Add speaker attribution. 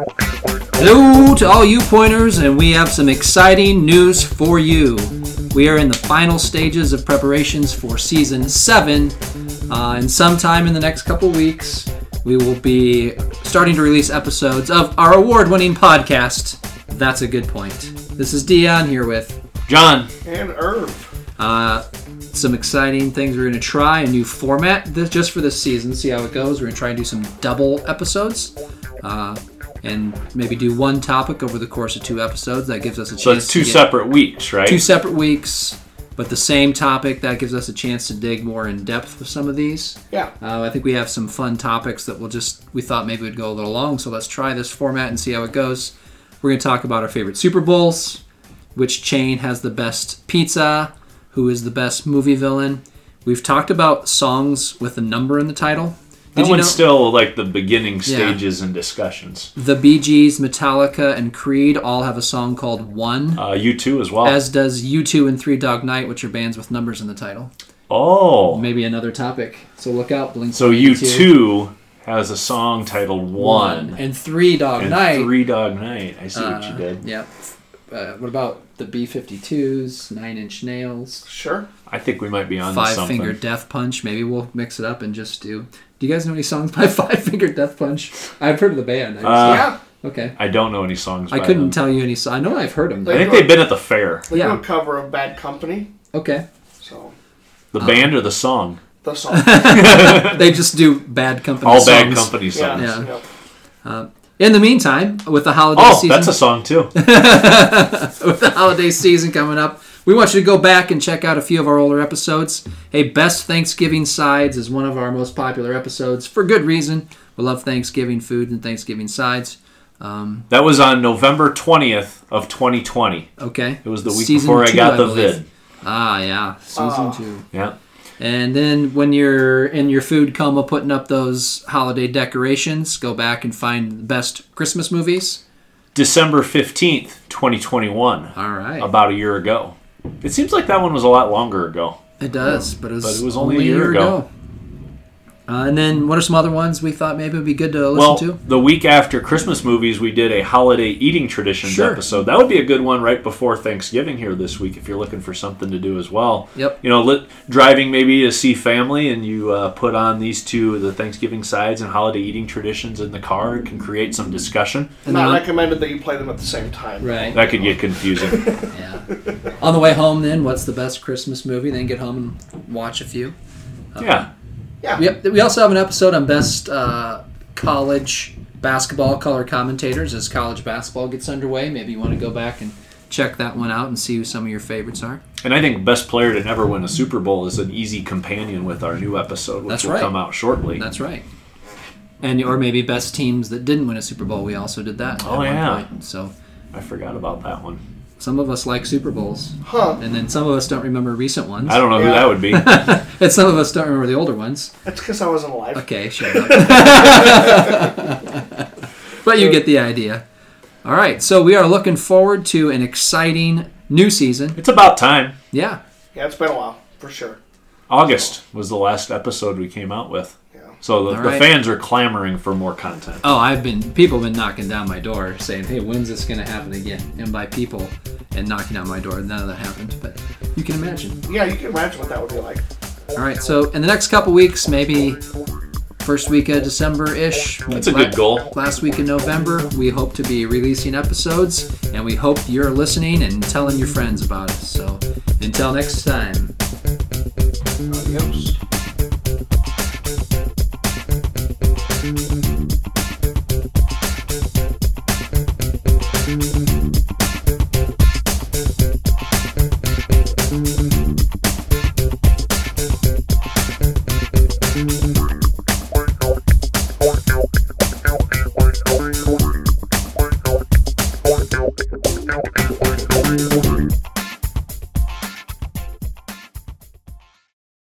Speaker 1: Hello to all you pointers, and we have some exciting news for you. We are in the final stages of preparations for season seven, uh, and sometime in the next couple weeks, we will be starting to release episodes of our award winning podcast. That's a good point. This is Dion here with John.
Speaker 2: And Irv.
Speaker 1: Uh, some exciting things we're going to try a new format this, just for this season see how it goes we're going to try and do some double episodes uh, and maybe do one topic over the course of two episodes that gives us a
Speaker 3: So
Speaker 1: chance
Speaker 3: it's two
Speaker 1: to get
Speaker 3: separate weeks, right?
Speaker 1: two separate weeks but the same topic that gives us a chance to dig more in depth with some of these
Speaker 2: Yeah.
Speaker 1: uh, i think we have some fun topics that we'll just we thought maybe would go a little long so let's try this format and see how it goes we're going to talk about our favorite super bowls which chain has the best pizza, who is the best movie villain. We've talked about songs with a number in the title. Did
Speaker 3: that
Speaker 1: you know
Speaker 3: one's still like the beginning stages and discussions.
Speaker 1: the Bee Gees, Metallica, and Creed all have a song called One,
Speaker 3: Uh, you too, as well.
Speaker 1: as does U2 and Three Dog Night, which are bands with numbers in the title.
Speaker 3: oh,
Speaker 1: Maybe another topic. So look out, Blink.
Speaker 3: so you too has a song titled One,
Speaker 1: and Three Dog
Speaker 3: and
Speaker 1: Night.
Speaker 3: Three Dog Night. I see what you did.
Speaker 1: Uh, Yep. Uh, what about the B52s, Nine Inch Nails?
Speaker 2: Sure.
Speaker 3: I think we might be on
Speaker 1: Five
Speaker 3: something.
Speaker 1: Finger Death Punch. Maybe we'll mix it up and just do. Do you guys know any songs by Five Finger Death Punch? I've heard of the band. I just,
Speaker 3: Uh,
Speaker 2: yeah.
Speaker 1: okay.
Speaker 3: I don't know any songs.
Speaker 1: I
Speaker 3: by
Speaker 1: couldn't
Speaker 3: them.
Speaker 1: tell you any song. I know I've heard them.
Speaker 3: I
Speaker 1: Though.
Speaker 3: think they've been at the fair.
Speaker 2: They
Speaker 1: yeah.
Speaker 2: do a cover of Bad Company.
Speaker 1: Okay.
Speaker 2: So
Speaker 1: Uh,
Speaker 3: The band or the song?
Speaker 2: the song.
Speaker 1: They just do bad company.
Speaker 3: All
Speaker 1: songs.
Speaker 3: Bad Company
Speaker 2: yeah.
Speaker 3: songs.
Speaker 1: Yeah.
Speaker 2: Yep.
Speaker 1: In the meantime, with the holiday
Speaker 3: Oh,
Speaker 1: season,
Speaker 3: that's a song too.
Speaker 1: with the holiday season coming up, we want you to go back and check out a few of our older episodes. Hey, Best Thanksgiving Sides is one of our most popular episodes for good reason. We love Thanksgiving food and Thanksgiving sides.
Speaker 3: That was on November 20th of 2020.
Speaker 1: Okay.
Speaker 3: It was the week
Speaker 1: Season
Speaker 3: before I
Speaker 1: two,
Speaker 3: got the
Speaker 1: believe.
Speaker 3: vid.
Speaker 1: Ah, yeah. Season
Speaker 2: Ah.
Speaker 1: two.
Speaker 3: Yeah.
Speaker 1: And then when you're in your food coma putting up those holiday decorations, go back and find the best Christmas movies.
Speaker 3: December 15th, 2021.
Speaker 1: All right.
Speaker 3: about a year ago. It seems like that one was a lot longer ago.
Speaker 1: it does, but it was,
Speaker 3: but it was only a year ago.
Speaker 1: Uh, and then what are some other ones we thought maybe would be good to listen
Speaker 3: Well,
Speaker 1: to?
Speaker 3: the week after Christmas movies, we did a holiday eating traditions
Speaker 1: Sure.
Speaker 3: episode. That would be a good one right before Thanksgiving here this week if you're looking for something to do as well.
Speaker 1: Yep.
Speaker 3: You know, li- driving maybe to see family and you uh, put on these two, the Thanksgiving sides and holiday eating traditions in the car, it can create some discussion.
Speaker 1: And
Speaker 2: Not
Speaker 1: then-
Speaker 2: recommended that you play them at the same time.
Speaker 1: Right.
Speaker 3: That could get confusing.
Speaker 1: Yeah. On the way home, then, what's the best Christmas movie? Then get home and watch a few.
Speaker 3: yeah.
Speaker 2: Yeah.
Speaker 1: Yep. We also have an episode on best uh, college basketball color commentators as college basketball gets underway. Maybe you want to go back and check that one out and see who some of your favorites are.
Speaker 3: And I think best player to never win a Super Bowl is an easy companion with our new episode, which
Speaker 1: That's
Speaker 3: will
Speaker 1: right.
Speaker 3: come out shortly.
Speaker 1: That's right. And or maybe best teams that didn't win a Super Bowl. We also did that. at
Speaker 3: Oh,
Speaker 1: one
Speaker 3: yeah.
Speaker 1: point. So
Speaker 3: I forgot about that one.
Speaker 1: some of us like Super Bowls,
Speaker 2: Huh.
Speaker 1: and then some of us don't remember recent ones,
Speaker 3: I don't know who
Speaker 2: Yeah.
Speaker 3: that would be.
Speaker 1: and some of us don't remember the older ones.
Speaker 2: That's because I wasn't alive.
Speaker 1: Okay, shut up. but you get the idea. All right, so we are looking forward to an exciting new season.
Speaker 3: it's about time.
Speaker 1: Yeah,
Speaker 2: Yeah, it's been a while for sure.
Speaker 3: August was the last episode we came out with.
Speaker 2: Yeah.
Speaker 3: So the,
Speaker 1: All
Speaker 3: the
Speaker 1: right.
Speaker 3: fans are clamoring for more content.
Speaker 1: Oh, I've been people have been knocking down my door saying, "Hey, when's this gonna happen again?" And by people and knocking on my door, none of that happened. But you can imagine.
Speaker 2: Yeah, you can imagine what that would be like.
Speaker 1: All right, so in the next couple weeks, maybe first week of December ish.
Speaker 3: That's a good goal.
Speaker 1: Last week in November, we hope to be releasing episodes, and we hope you're listening and telling your friends about us. So until next time.
Speaker 2: Adios.